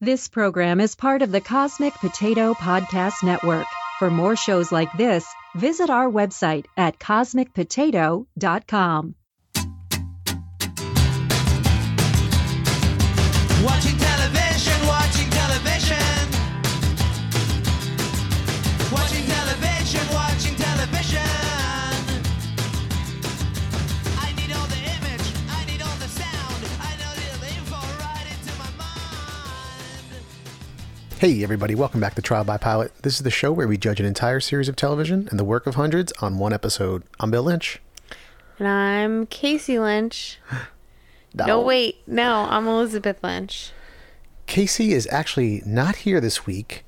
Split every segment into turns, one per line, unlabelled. This program is part of the Cosmic Potato Podcast Network. For more shows like this, visit our website at cosmicpotato.com.
Watching television, watching television. Watching television, watching television. I need all the image, I need all the sound. I know little info right into my mind.
Hey, everybody, welcome back to Trial by Pilot. This is the show where we judge an entire series of television and the work of hundreds on one episode. I'm Bill Lynch.
And I'm Casey Lynch. No, wait. No, I'm Elizabeth Lynch.
Casey is actually not here this week.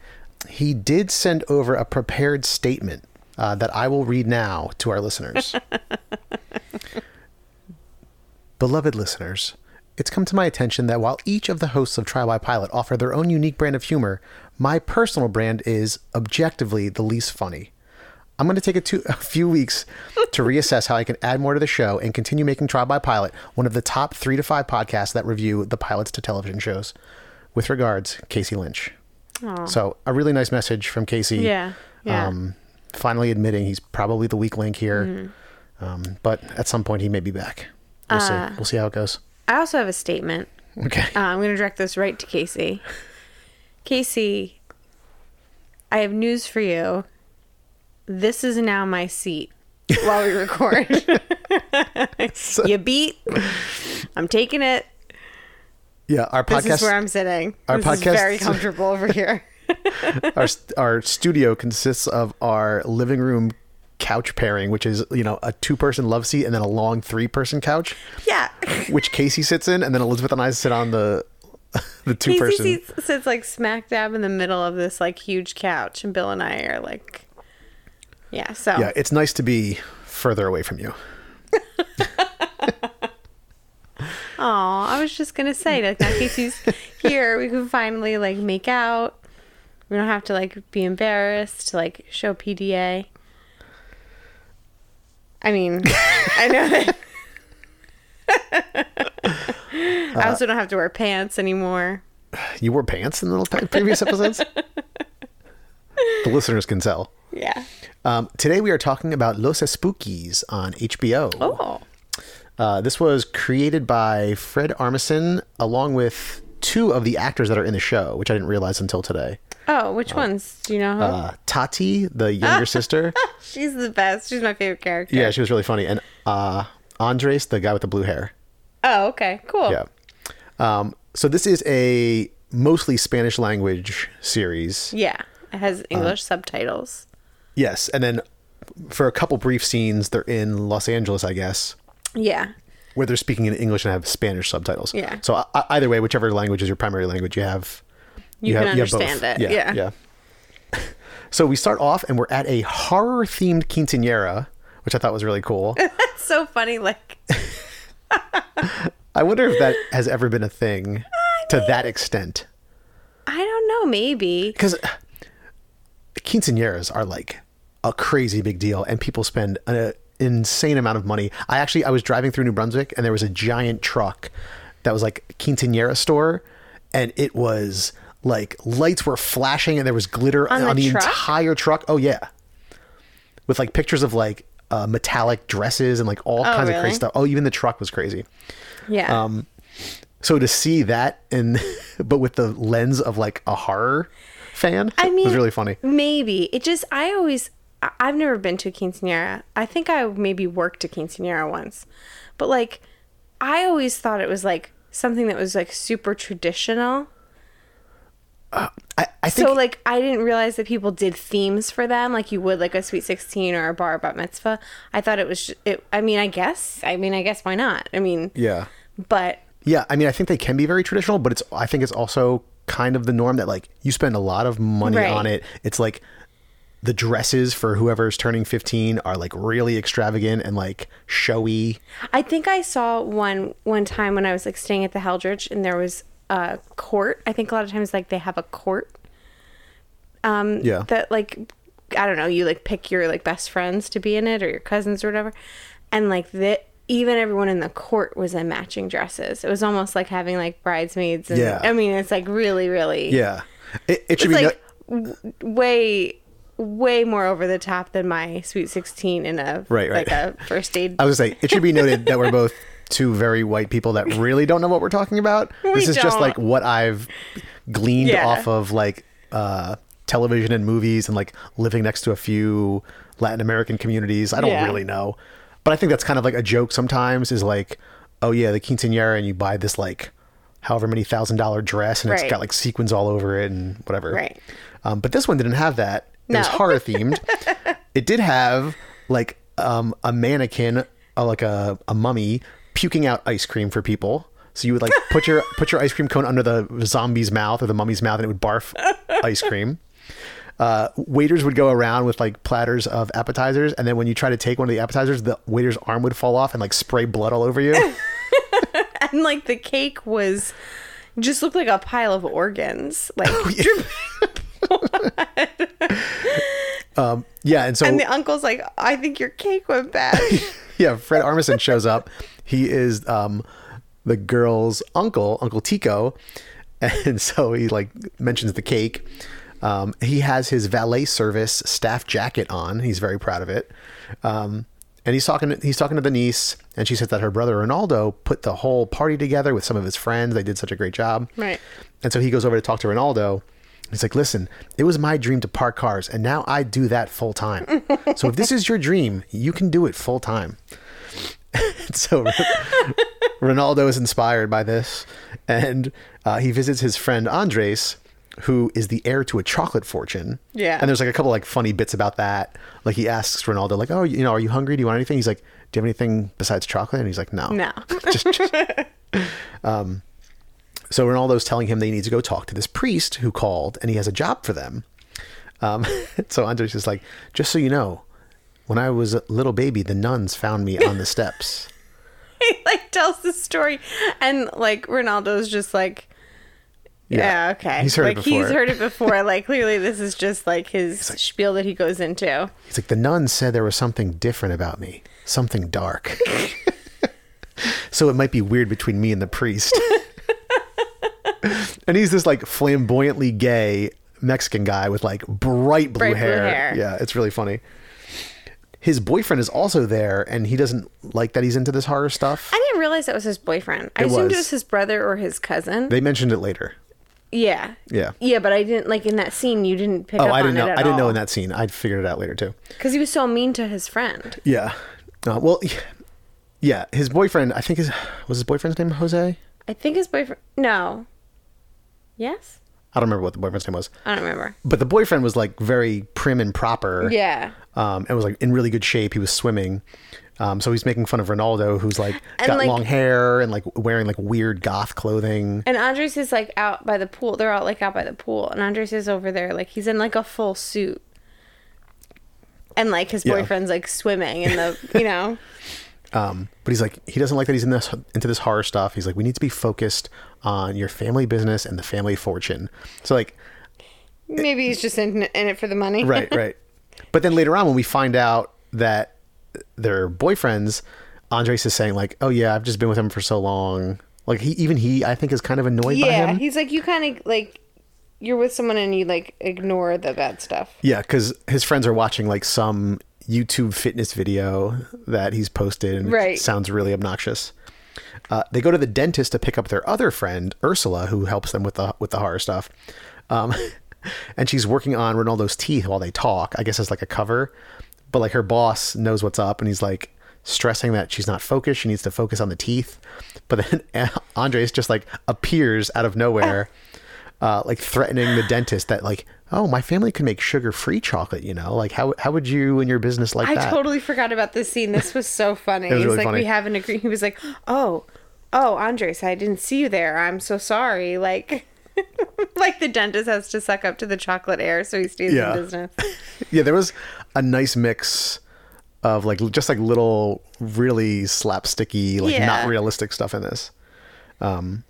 He did send over a prepared statement uh, that I will read now to our listeners. Beloved listeners, it's come to my attention that while each of the hosts of Try Why Pilot offer their own unique brand of humor, my personal brand is objectively the least funny. I'm going to take a, two, a few weeks to reassess how I can add more to the show and continue making Trial by Pilot one of the top three to five podcasts that review the pilots to television shows. With regards, Casey Lynch. So, a really nice message from Casey.
Yeah, yeah.
Um, finally admitting he's probably the weak link here.
Mm-hmm.
Um, but at some point, he may be back. We'll see. We'll see how it goes.
I also have a statement.
Okay.
Uh, I'm going to direct this right to Casey. Casey, I have news for you. This is now my seat while we record. you beat. I'm taking it.
yeah, our
This
podcast,
is where I'm sitting.
our
this is
podcast-
very comfortable over here.
our st- our studio consists of our living room couch pairing, which is you know a two person love seat and then a long three person couch.
Yeah.
which Casey sits in, and then Elizabeth and I sit on the the two
Casey
person.
seats- sits like smack dab in the middle of this like huge couch, and Bill and I are like, yeah. So
Yeah, it's nice to be further away from you.
Aw, I was just gonna say that now Casey's here, we can finally like make out. We don't have to like be embarrassed to like show PDA. I mean, I know that. I also don't have to wear pants anymore.
You wore pants in the little previous episodes. the listeners can tell.
Yeah.
Um, today we are talking about Los Spookies on HBO.
Oh.
Uh, this was created by Fred Armisen along with two of the actors that are in the show, which I didn't realize until today.
Oh, which ones? Do you know who?
Uh, Tati, the younger sister.
She's the best. She's my favorite character.
Yeah, she was really funny. And uh, Andres, the guy with the blue hair.
Oh, okay. Cool.
Yeah. Um, so this is a mostly Spanish language series.
Yeah. It has English subtitles.
Yes, and then for a couple brief scenes, they're in Los Angeles, I guess,
Yeah.
where they're speaking in English and have Spanish subtitles.
Yeah.
So I, either way, whichever language is your primary language, you have
You can
both.
understand it,
Yeah.
yeah.
so we start off and we're at a horror themed quinceanera, which I thought was really cool.
It's so funny. Like,
I wonder if that has ever been a thing to that extent.
I don't know. Maybe.
because quinceañeras are like a crazy big deal and people spend an uh, insane amount of money i actually i was driving through new brunswick and there was a giant truck that was like quinceañera store and it was like lights were flashing and there was glitter on,
the
the
truck?
entire truck oh yeah with like pictures of like uh, metallic dresses and like all kinds of
really?
crazy stuff oh even the truck was crazy
Yeah.
Um, so to see that and but with the lens of like a horror fan
I mean,
was really funny
Maybe it just I always I- I've never been to a quinceanera. I think I maybe worked a quinceanera once, but like I always thought it was like something that was like super traditional.
I, I think
So like I didn't realize that people did themes for them, like you would like a sweet sixteen or a bar bat mitzvah. I thought it was. ju- It, I mean, I guess. I mean, I guess why not? I mean,
yeah,
but
yeah. I mean, I think they can be very traditional, but it's I think it's also kind of the norm that like you spend a lot of money
Right.
on it. It's like the dresses for whoever's turning 15 are like really extravagant and like showy.
I think I saw one one time when I was like staying at the Heldrich and there was a court. I think a lot of times like they have a court. Um
Yeah.
that like I don't know, you like pick your like best friends to be in it or your cousins or whatever. And like that even everyone in the court was in matching dresses. It was almost like having like bridesmaids. And,
Yeah.
I mean, it's like really, really.
Yeah. It, it should
It's
be
like w- way, way more over the top than my Sweet 16 in a,
Right, right.
like a first aid.
I was gonna say it should be noted that we're both two very white people that really don't know what we're talking about. this is just
don't.
like what I've gleaned
Yeah.
off of like uh, television and movies and like living next to a few Latin American communities. I don't
Yeah.
really know, but I think that's kind of like a joke sometimes. Is like, oh yeah, the quinceanera, and you buy this like however many thousand dollar dress, and it's
Right.
got like sequins all over it and whatever.
Right.
Um, but this one didn't have that. It was
No.
horror themed. it did have like um, a mannequin, uh, like a, a mummy, puking out ice cream for people. So you would like put your put your ice cream cone under the zombie's mouth or the mummy's mouth, and it would barf ice cream. Uh, waiters would go around with like platters of appetizers, and then when you try to take one of the appetizers, the waiter's arm would fall off and like spray blood all over you.
and like the cake was just looked like a pile of organs. Like,
Oh, Um, Yeah, and so
and the uncle's like, I think your cake went bad.
yeah, Fred Armisen shows up. He is um, the girl's uncle, Uncle Tico, and so he like mentions the cake. Um, he has his valet service staff jacket on. He's very proud of it. Um, and he's talking. He's talking to the niece, and she says that her brother Ronaldo put the whole party together with some of his friends. They did such a great job.
Right.
And so he goes over to talk to Ronaldo. He's like, listen, it was my dream to park cars, and now I do that full time. so if this is your dream, you can do it full time. And so Ronaldo is inspired by this, and uh, he visits his friend Andres, who is the heir to a chocolate fortune.
Yeah.
And there's like a couple like funny bits about that. Like he asks Ronaldo, like, "Oh, you know, are you hungry? Do you want anything?" He's like, "Do you have anything besides chocolate?" And he's like, "No,
No.
just, just- Um, so Ronaldo's telling him they need to go talk to this priest who called, and he has a job for them. Um, so Andres is like, "Just so you know." When I was a little baby, the nuns found me on the steps.
he like tells the story, and like Ronaldo's just like, yeah, okay.
He's heard
like,
it before.
He's heard it before. like clearly, this is just like his spiel that he goes into.
He's like, the nuns said there was something different about me, something dark. so it might be weird between me and the priest. and he's this like flamboyantly gay Mexican guy with like bright blue,
Bright blue
hair.
hair.
Yeah, it's really funny. His boyfriend is also there, and he doesn't like that he's into this horror stuff.
I didn't realize that was his boyfriend. I
It
assumed
was.
it was his brother or his cousin.
They mentioned it later.
yeah.
Yeah.
Yeah, but I didn't like in that scene. You didn't pick
Oh,
up
I didn't
on
know.
it
I
at
didn't know
all.
in that scene. I figured it out later too.
because he was so mean to his friend.
Yeah. Uh, well, yeah. His boyfriend. I think his was his boyfriend's name Jose.
I think his boyfriend. No. Yes,
I don't remember what the boyfriend's name was.
I don't remember.
But the boyfriend was like very prim and proper.
Yeah.
Um, and was like in really good shape. He was swimming. Um, so he's making fun of Ronaldo, who's like
And,
got
like-
long hair and like wearing like weird goth clothing.
And Andres is like out by the pool. They're out like out by the pool, and Andres is over there like he's in like a full suit, and like his
Yeah.
boyfriend's like swimming in the you know
But he's like, he doesn't like that he's in this into this horror stuff. He's like, we need to be focused on your family business and the family fortune. So like,
maybe he's just in in it for the money.
right, right. But then later on, when we find out that they're boyfriends, Andres is saying like, oh yeah, I've just been with him for so long. Like he, even he, I think is kind of annoyed by
yeah,
him.
he's like you kind of like you're with someone and you like ignore the bad stuff.
Yeah, because his friends are watching like some YouTube fitness video that he's posted, and
Right.
it sounds really obnoxious. Uh, they go to the dentist to pick up their other friend Ursula, who helps them with the with the horror stuff, um, and she's working on Ronaldo's teeth while they talk. I guess as like a cover, but like her boss knows what's up, and he's like stressing that she's not focused. She needs to focus on the teeth, but then Andres just like appears out of nowhere uh, like threatening the dentist that like, oh, my family can make sugar-free chocolate. You know, like how how would you and your business like
I
that?
totally forgot about this scene. This was so funny.
was
He's
really
like,
funny.
we haven't agreed. He was like, oh, oh, Andres, I didn't see you there. I'm so sorry. Like, like the dentist has to suck up to the chocolate air, so he stays
Yeah.
in business.
yeah, there was a nice mix of like l- just like little really slapsticky, like
Yeah.
not realistic stuff in this. Um,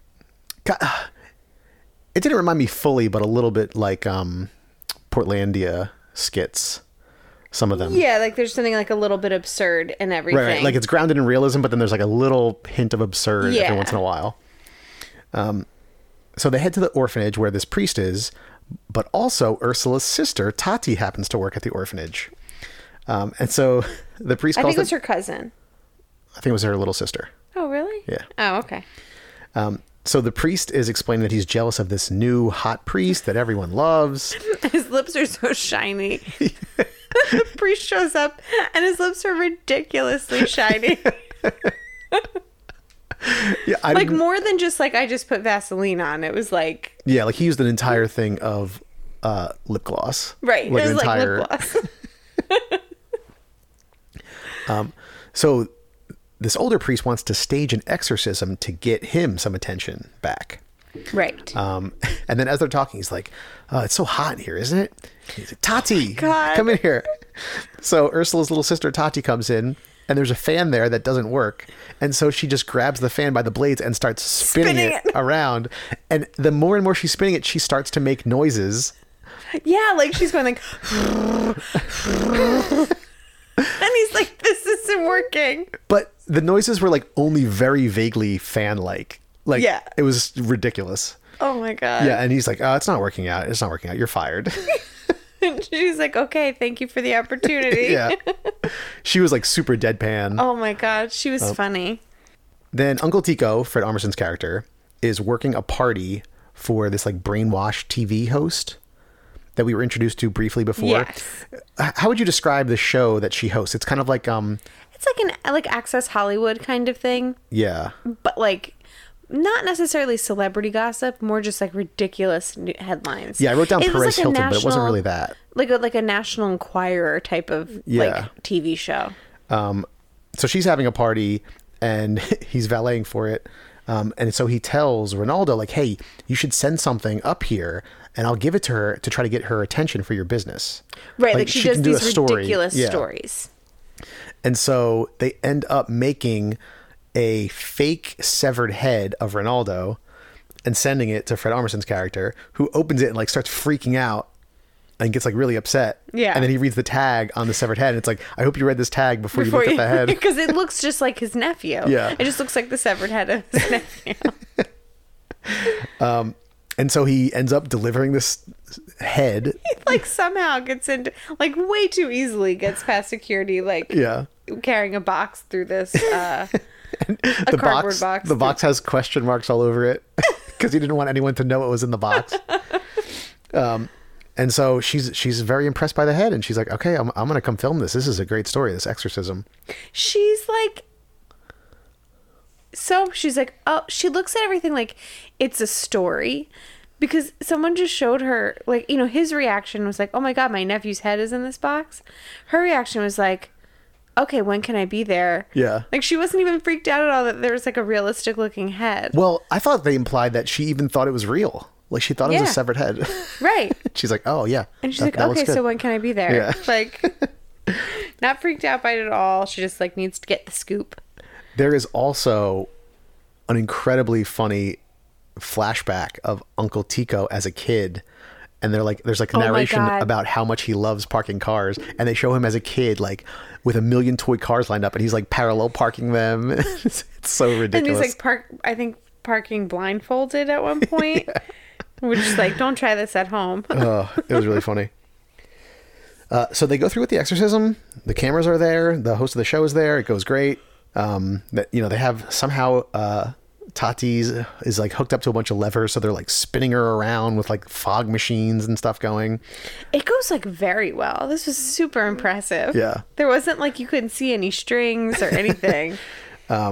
God, it didn't remind me fully, but a little bit like um, Portlandia skits. Some of them.
Yeah, like there's something like a little bit absurd in everything.
Right, right. Like it's grounded in realism, but then there's like a little hint of absurd
Yeah.
every once in a while. Um, so they head to the orphanage where this priest is, but also Ursula's sister Tati happens to work at the orphanage, um, and so the priest
I
calls.
think it was
them-
her cousin.
I think it was her little sister.
Oh, really?
Yeah.
Oh, okay.
So the priest is explaining that he's jealous of this new hot priest that everyone loves.
His lips are so shiny. the priest shows up and his lips are ridiculously shiny.
Yeah, I
like
didn't-
more than just like I just put Vaseline on. It was like
yeah, like he used an entire thing of uh, lip gloss.
right.
like
it
an
was like
entire.
lip gloss.
So this older priest wants to stage an exorcism to get him some attention back.
right.
Um, and then as they're talking, he's like, oh, "It's so hot in here, isn't it?" He's like, "Tati,
Oh God.
come in here." So Ursula's little sister Tati comes in, and there's a fan there that doesn't work, and so she just grabs the fan by the blades and starts spinning,
Spinning
it, around. And the more and more she's spinning it, she starts to make noises.
yeah, like she's going like And he's like, This isn't working.
But the noises were like only very vaguely fan-like. Like
Yeah.
it was ridiculous.
Oh my god.
Yeah, and he's like, "Oh, it's not working out. It's not working out. You're fired."
And she's like, Okay, thank you for the opportunity.
yeah. She was like super deadpan.
Oh my god, she was funny.
Then Uncle Tico, Fred Armisen's character, is working a party for this like brainwashed TV host that we were introduced to briefly before.
Yes.
H- How would you describe the show that she hosts? It's kind of like um
It's like an like Access Hollywood kind of thing.
yeah.
but like not necessarily celebrity gossip, more just like ridiculous new- headlines.
Yeah, I wrote down
It was
Perez
like a
Hilton, but it wasn't
national-
really that.
Like a, like a National Enquirer type of
Yeah.
like TV show.
Um, So she's having a party and he's valeting for it. Um, and so he tells Ronaldo, like, hey, you should send something up here and I'll give it to her to try to get her attention for your business.
Right, like, she, does
can
these
a story.
ridiculous
Yeah.
stories.
And so they end up making a fake severed head of Ronaldo and sending it to Fred Armisen's character, who opens it and like starts freaking out and gets like really upset.
Yeah.
And then he reads the tag on the severed head. And it's like, I hope you read this tag before, you looked at the head.
because it looks just like his nephew.
Yeah.
it just looks like the severed head of his nephew.
And so he ends up delivering this head.
like somehow gets into like way too easily gets past security. Like
Yeah.
carrying a box through this uh, a
the
cardboard
box,
box.
the box has question marks all over it because he didn't want anyone to know what was in the box um and so she's she's very impressed by the head and she's like okay i'm, I'm gonna come film this this is a great story this exorcism
she's like so she's like oh she looks at everything like it's a story because someone just showed her like you know his reaction was like oh my god my nephew's head is in this box her reaction was like okay when can i be there
Yeah.
like she wasn't even freaked out at all that there was like a realistic looking head
well i thought they implied that she even thought it was real like she thought it was
Yeah.
a severed head
right
she's like oh yeah
and she's
that-
like
that looks
okay so
good."
when can i be there
Yeah.
like not freaked out by it at all she just like needs to get the scoop
there is also an incredibly funny flashback of Uncle Tico as a kid. And they're like, there's like
Oh my
narration
God.
about how much he loves parking cars. And they show him as a kid, like with a million toy cars lined up and he's like parallel parking them. it's so
And
ridiculous.
he's like park. I think parking blindfolded at one point, which is like, don't try this at home.
oh, it was really funny. Uh, so they go through with the exorcism. The cameras are there. The host of the show is there. It goes great. Um, that you know they have somehow uh, Tati's is like hooked up to a bunch of levers, so they're like spinning her around with like fog machines and stuff going.
it goes like very well. This was super impressive.
Yeah.
there wasn't like you couldn't see any strings or anything.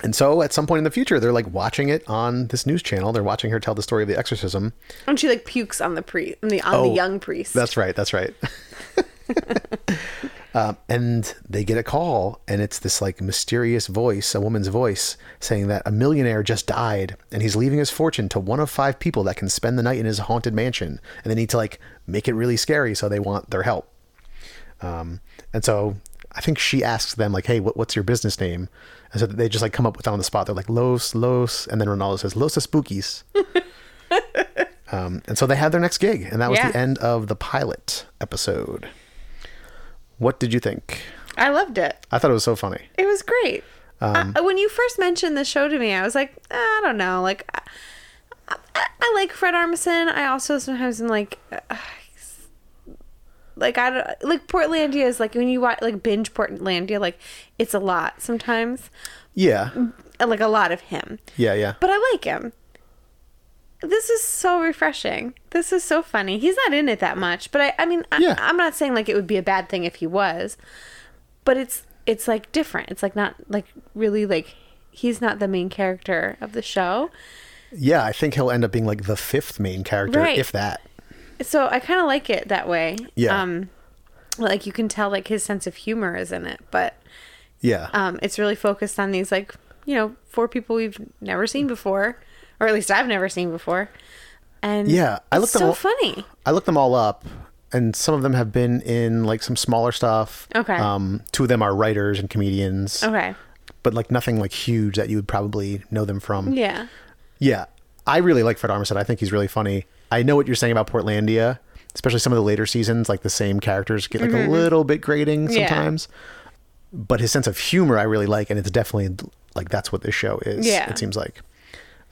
And so at some point in the future, they're like watching it on this news channel. They're watching her tell the story of the exorcism.
and she like pukes on the priest, on the on the
Oh,
young priest.
That's right. That's right. um, and they get a call, and it's this like mysterious voice, a woman's voice, saying that a millionaire just died, and he's leaving his fortune to one of five people that can spend the night in his haunted mansion, and they need to like make it really scary, so they want their help. Um, and so I think she asks them like, "Hey, what, what's your business name?" And so they just like come up with it on the spot. They're like Los Los, and then Ronaldo says Los Spookies. um, and so they had their next gig, and that was
Yeah.
the end of the pilot episode. What did you think?
I loved it.
I thought it was so funny.
It was great. I- when you first mentioned the show to me, I was like, "Eh, I don't know. Like, I, I, I like Fred Armisen. I also sometimes am like, uh, like I don't like Portlandia is like when you watch like binge Portlandia, like it's a lot sometimes,
Yeah.
like a lot of him.
Yeah, yeah.
But I like him. This is so refreshing. This is so funny. He's not in it that much, but I, I mean, I,
Yeah.
I'm not saying like it would be a bad thing if he was, but it's it's like different. It's like not like really like he's not the main character of the show.
Yeah, I think he'll end up being like the fifth main character,
Right.
if that.
So I kind of like it that way.
Yeah.
Um, like you can tell like his sense of humor is in it, but
Yeah.
um, it's really focused on these like you know four people we've never seen before, or at least I've never seen before. And
Yeah, I
it's
looked them
so
all-
funny.
I looked them all up, and some of them have been in like some smaller stuff.
Okay.
Um, two of them are writers and comedians.
Okay.
But like nothing like huge that you would probably know them from.
Yeah.
Yeah. I really like Fred Armisen. I think he's really funny. I know what you're saying about Portlandia, especially some of the later seasons, like the same characters get like a little bit grating
Mm-hmm. Yeah.
sometimes. But his sense of humor I really like, and it's definitely like that's what this show is.
Yeah.
It seems like.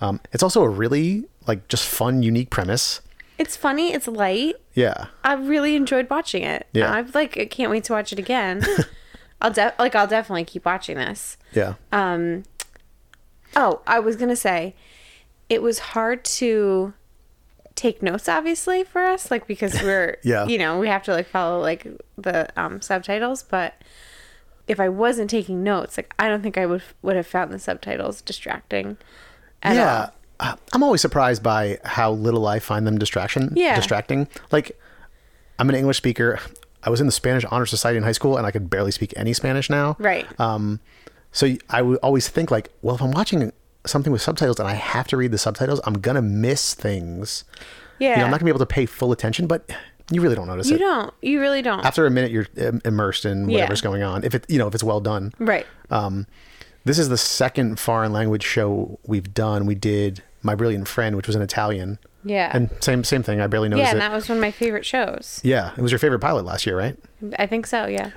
Um, it's also a really like just fun, unique premise.
It's funny. It's light.
Yeah.
I really enjoyed watching it.
Yeah.
I've like I can't wait to watch it again. I'll de- like I'll definitely keep watching this.
Yeah.
Um Oh, I was going to say it was hard to take notes obviously for us like because we're
Yeah.
you know, we have to like follow like the um subtitles, but if I wasn't taking notes, like I don't think I would would have found the subtitles distracting at all.
yeah. Uh, I'm always surprised by how little I find them distraction.
Yeah.
Distracting. Like, I'm an English speaker. I was in the Spanish Honor Society in high school, and I could barely speak any Spanish now.
Right.
Um, so y- I would always think like, well, if I'm watching something with subtitles and I have to read the subtitles, I'm gonna miss things.
Yeah.
You know, I'm not gonna be able to pay full attention, but you really don't notice
you
it.
don't. You really don't.
After a minute, you're im- immersed in
Yeah.
whatever's going on. If it, you know, if it's well done.
right.
Um, this is the second foreign language show we've done. We did My Brilliant Friend, which was in Italian.
Yeah.
And same same thing. I barely noticed
Yeah, and
it.
that was one of my favorite shows.
yeah, it was your favorite pilot last year, right?
I think so, yeah.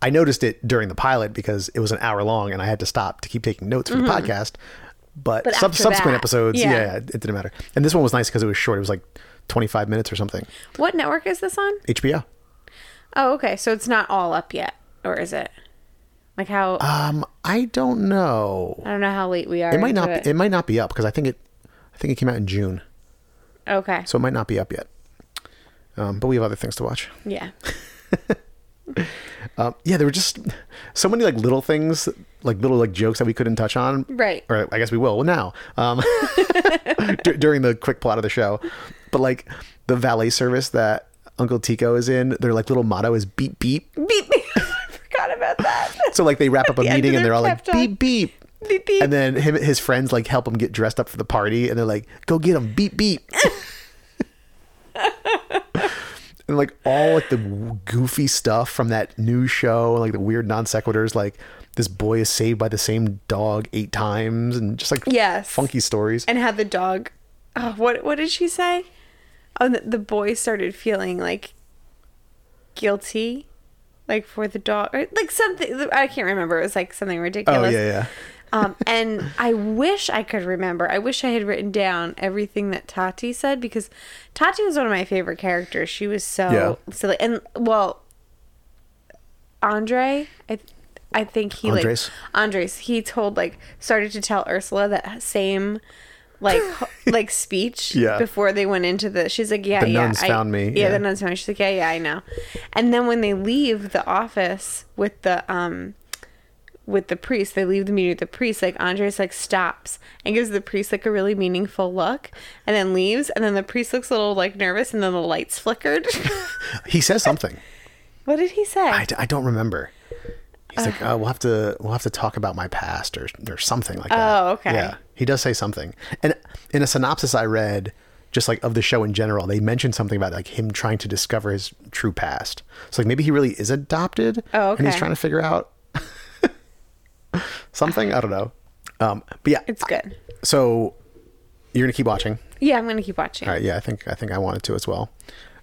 I noticed it during the pilot because it was an hour long and I had to stop to keep taking notes for the podcast. But,
Mm-hmm. But
sub-
after
subsequent
that,
episodes, yeah.
yeah.
it didn't matter. And this one was nice because it was short. It was like 25 minutes or something.
What network is this on?
HBO.
Oh, okay. So it's not all up yet, or is it? Like how
Um, I don't know.
I don't know how late we are.
It might
into
not. It. it might not be up because I think it. I think it came out in June,
Okay.
so it might not be up yet. Um, but we have other things to watch.
yeah.
Um, yeah, there were just so many like little things, like little like jokes that we couldn't touch on.
Right.
Or I guess we will now. Um, dur- during the quick plot of the show, but like the valet service that Uncle Tico is in, their like little motto is beep beep.
Beep. beep. I forgot about that.
So like they wrap up a
end
meeting
of
and they're
their
all like
pep talk.
beep beep.
Beep, beep.
And then him, his friends like help him get dressed up for the party, and they're like, "Go get him, beep beep." and like all like the goofy stuff from that new show, like the weird non sequiturs, like this boy is saved by the same dog eight times, and just like
Yes.
funky stories.
And had the dog. Oh, what what did she say? Oh, the, the boy started feeling like guilty, like for the dog, or like something. I can't remember. It was like something
oh
ridiculous.
yeah, yeah,
um, and I wish I could remember. I wish I had written down everything that Tati said because Tati was one of my favorite characters. She was so
Yeah.
silly, and well, Andre, I, I think he
Andres?
like Andres. He told like started to tell Ursula that same. Like, h- like speech
Yeah.
before they went into the. She's like, yeah,
The
yeah,
nuns
I-
found me,
Yeah,
yeah.
the nuns found me. She's like, yeah, yeah, I know. And then when they leave the office with the um, with the priest. They leave the meeting with the priest. Like Andres like stops and gives the priest like a really meaningful look, and then leaves. And then the priest looks a little like nervous, and then the lights flickered.
He says something.
what did he say?
I, d- I don't remember. He's like,
Uh-huh.
oh, we'll have to we'll have to talk about my past or or something like that.
Oh, okay.
Yeah, he does say something, and in a synopsis I read, just like of the show in general, they mentioned something about like him trying to discover his true past. So like maybe he really is adopted.
Oh,
And he's
okay.
trying to figure out something. I don't know. Um, but yeah,
it's good.
so you're gonna keep watching.
Yeah, I'm gonna keep watching.
All right, yeah, I think I think I wanted to as well.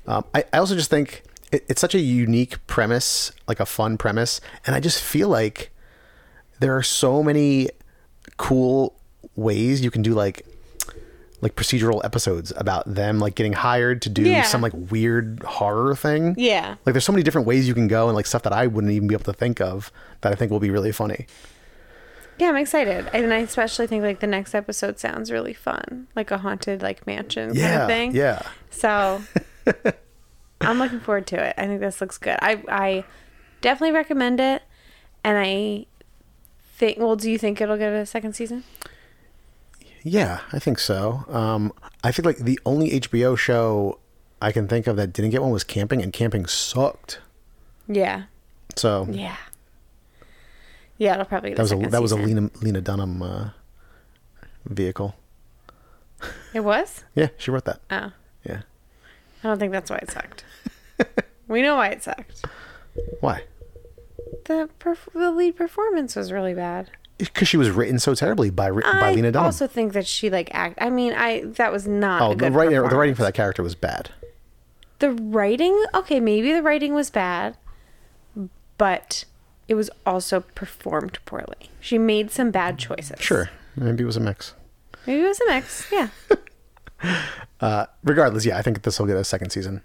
Um, I, I also just think it, it's such a unique premise, like a fun premise, and I just feel like there are so many cool ways you can do like like procedural episodes about them like getting hired to do
Yeah.
some like weird horror thing.
Yeah.
Like there's so many different ways you can go and like stuff that I wouldn't even be able to think of that I think will be really funny.
Yeah, I'm excited. And I especially think like the next episode sounds really fun. Like a haunted like mansion kind
Yeah.
of thing.
Yeah.
So I'm looking forward to it. I think this looks good. I I definitely recommend it. And I think well, do you think it'll get a second season?
Yeah, I think so. Um, I think like the only HBO show I can think of that didn't get one was Camping, and Camping sucked.
Yeah.
So
Yeah. Yeah, it'll probably get
that was a
second
that was a
season.
Lena Lena Dunham uh, vehicle.
It was?
Yeah, she wrote that.
Oh.
Yeah,
I don't think that's why it sucked. we know why it sucked.
why?
The perf- the lead performance was really bad.
Because she was written so terribly by ri- by
I
Lena Dunham.
also think that she like act. I mean, I that was not.
oh,
a
the
good
writing the writing
performance.
for that character was bad.
The writing. Okay, maybe the writing was bad, but it was also performed poorly. She made some bad choices.
Sure, maybe it was a mix.
Maybe it was a mix. Yeah.
regardless, yeah, I think this will get a second season.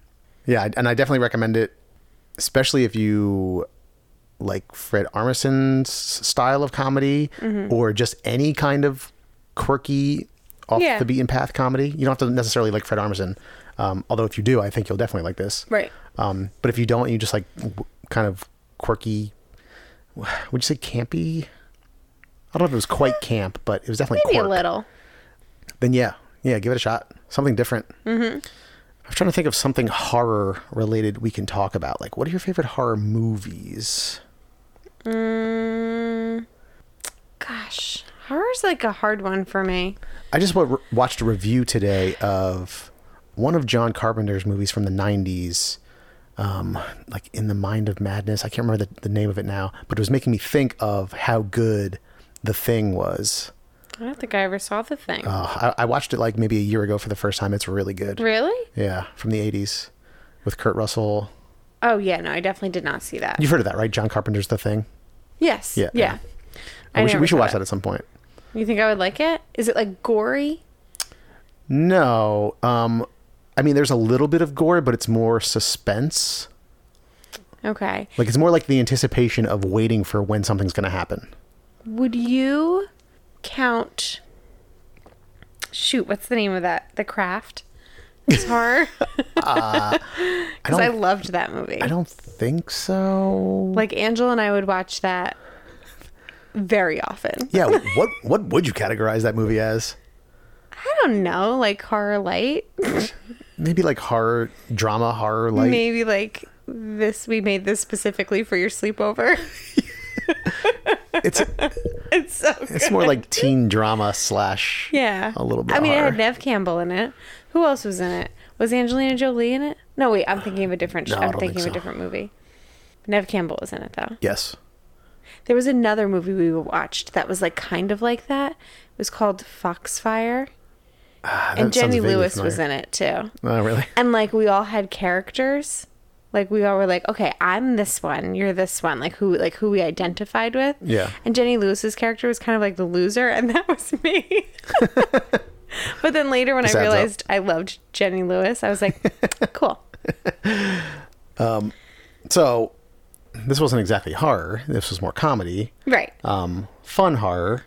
Yeah, and I definitely recommend it, especially if you like Fred Armisen's style of comedy
Mm-hmm.
or just any kind of quirky, off
Yeah.
the beaten path comedy. You don't have to necessarily like Fred Armisen, um, although if you do, I think you'll definitely like this.
Right.
Um, but if you don't, you just like w- kind of quirky. Would you say campy? I don't know if it was quite camp, but it was definitely
Uh, Maybe
quirk
a little.
then yeah, yeah, give it a shot. Something different. Mm-hmm. I'm trying to think of something horror related we can talk about. Like, what are your favorite horror movies?
Mm, gosh, horror's like a hard one for me.
I just wa- watched a review today of one of John Carpenter's movies from the 90s, um, like In the Mind of Madness. I can't remember the, the name of it now, but it was making me think of how good The Thing was.
I don't think I ever saw the thing.
Uh, I, I watched it like maybe a year ago for the first time. It's really good.
really?
Yeah, from the 80s with Kurt Russell.
Oh yeah, no, I definitely did not see that.
You've heard of that, right? John Carpenter's The Thing.
yes.
Yeah.
Yeah.
we should,
never
we should
saw
watch
it.
that at some point.
You think I would like it? Is it like gory?
No, um, I mean, there's a little bit of gore, but it's more suspense.
Okay.
Like it's more like the anticipation of waiting for when something's going to happen.
Would you count? Shoot, what's the name of that? The Craft. It's horror.
I
Because
don't.
I
I,
loved that movie.
don't think so.
Like Angela and I would watch that very often.
Yeah. what What would you categorize that movie as?
I don't know, like horror light.
Maybe like horror drama, horror like.
Maybe like this. We made this specifically for your sleepover.
It's
it's so.
it's more like teen drama slash.
Yeah.
A little bit.
I mean, it
horror.
had Nev Campbell in it. Who else was in it? Was Angelina Jolie in it? No, wait, I'm thinking of a different
No, I
I'm
don't
thinking
think
of
so.
a different movie. Nev Campbell was in it though.
yes.
There was another movie we watched that was like kind of like that. It was called Foxfire.
Ah,
And
that sounds
Jenny
vaguely
Lewis was
familiar.
in it too.
Oh, really?
And like we all had characters. Like we all were like, okay, I'm this one, you're this one. Like who like who we identified with.
Yeah.
And Jenny Lewis's character was kind of like the loser, and that was me. but then later when
This
I
adds up.
realized I loved Jenny Lewis, I was like, cool.
So, this wasn't exactly horror. This was more comedy.
Right.
um, fun horror.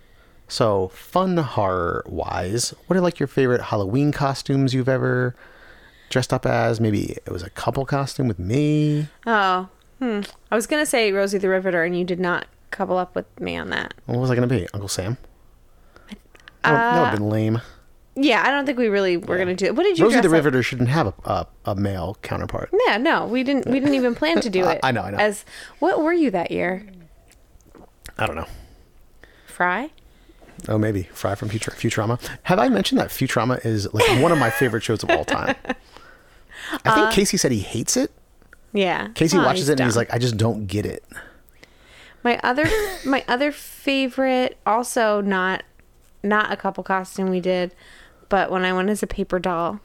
So, fun horror wise, what are like your favorite Halloween costumes you've ever dressed up as? Maybe it was a couple costume with me.
Oh. Hmm. I was gonna say Rosie the Riveter and you did not couple up with me on that.
What was I going to be? Uncle Sam? That would, that would have been lame.
Yeah, I don't think we really were gonna do it. What Uh, did you
Rosie the
dress up-
Riveter shouldn't have a, a, a male counterpart.
Yeah, no, we didn't. We didn't even plan to do
I-
it.
I know, I know.
As what were you that year?
I don't know.
Fry.
Oh, maybe Fry from Futur- Futurama. Have I mentioned that Futurama is like one of my favorite shows of all time? I think Casey said he hates it.
Yeah.
Casey
Aw,
watches it and he's
Uh, oh, dumb.
like, I just don't get it.
my other, my other favorite, also not, not a couple costume we did, but when I went as a paper doll,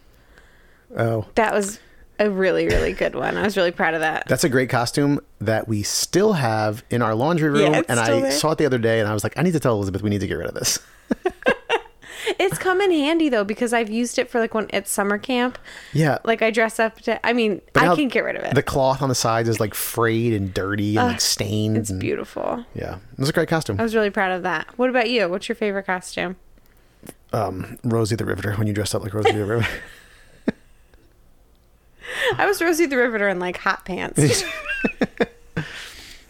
Oh,
that was a really, really good one. I was really proud of that.
That's a great costume that we still have in our laundry room.
it's
and
still
I
there.
saw it the other day and I was like, I need to tell Elizabeth we need to get rid of this.
It's come in handy though because I've used it for like when at summer camp.
Yeah.
Like I dress up to. I mean,
But now
I can get rid of it.
The cloth on the sides is like frayed and dirty and like stained.
it's Oh.
and-
beautiful.
Yeah. It was a great costume.
I was really proud of that. What about you? What's your favorite costume?
Rosie the Riveter when you dressed up like Rosie the Riveter.
I was Rosie the Riveter in like hot pants.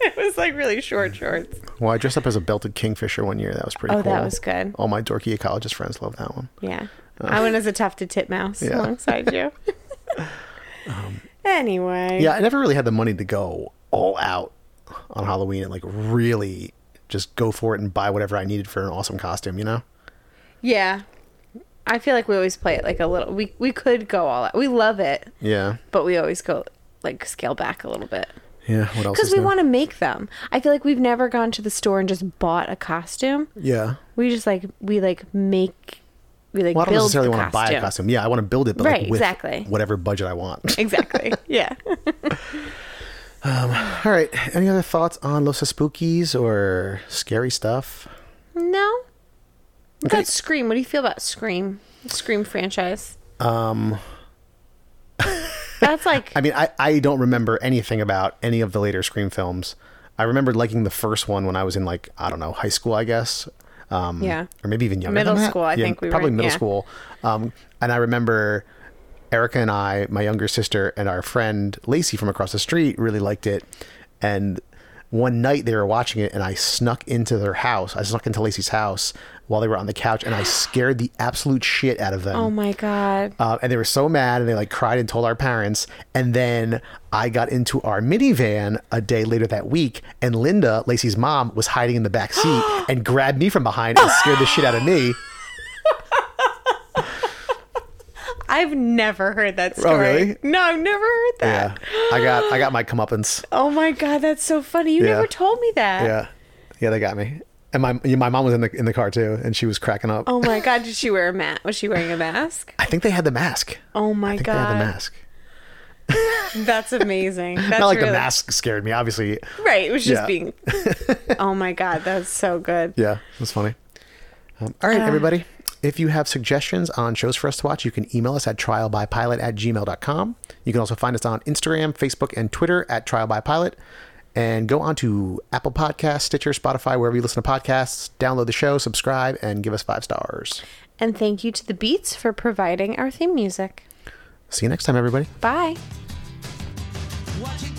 it was like really short shorts.
Well, I dressed up as a belted kingfisher one year. That was pretty
Oh,
cool.
that was good.
All my dorky ecologist friends love that one.
Yeah. I went as a tufted titmouse
Yeah.
alongside you. Um, anyway.
Yeah, I never really had the money to go all out on Halloween and like really just go for it and buy whatever I needed for an awesome costume, you know?
Yeah. I feel like we always play it like a little. We we could go all out. We love it,
Yeah.
but we always go like scale back a little bit
Yeah. What else?
because
is
we
new?
want to make them. I feel like we've never gone to the store and just bought a costume.
Yeah.
We just like we like make we like
Well, I don't
build
necessarily
the
want to buy a costume. Yeah, I want to build it, but
Right,
like with
exactly.
whatever budget I want.
Exactly. Yeah.
All right. Any other thoughts on Los Spookies or scary stuff?
no. What About Scream. What do you feel about Scream? The Scream franchise. Um. That's like
I mean, I, I don't remember anything about any of the later Scream films. I remember liking the first one when I was in like I don't know high school, I guess. Um,
Yeah.
Or maybe even younger.
Middle
than that.
school, I
Yeah,
think we were-
probably middle
yeah.
school. Um, and I remember Erica and I, my younger sister, and our friend Lacey from across the street really liked it. And one night they were watching it, and I snuck into their house. I snuck into Lacey's house while they were on the couch, and I scared the absolute shit out of them.
oh my god.
Uh, and they were so mad and they like cried and told our parents. And then I got into our minivan a day later that week, and Linda, Lacey's mom, was hiding in the back seat and grabbed me from behind and scared the shit out of me.
I've never heard that story.
Oh, really?
No, I've never heard that.
Yeah. I got I got my comeuppance.
Oh my god, that's so funny. You
Yeah.
never told me that.
Yeah. Yeah, they got me. And my yeah, my mom was in the in the car too, and she was cracking up.
Oh my god, did she wear a mask? Was she wearing a mask?
I think they had the mask.
Oh
I
my
think they had
god.
the mask.
That's amazing. That's
Not like
really,
the mask scared me, obviously.
Right, it was just
Yeah.
being Oh my god, that's so good.
Yeah, that's funny. Um, all right, everybody. If you have suggestions on shows for us to watch, you can email us at trialbypilot at gmail.com. You can also find us on Instagram, Facebook, and Twitter at trialbypilot. And go on to Apple Podcasts, Stitcher, Spotify, wherever you listen to podcasts. Download the show, subscribe, and give us five stars.
And thank you to the Beats for providing our theme music.
See you next time, everybody.
Bye.
Watching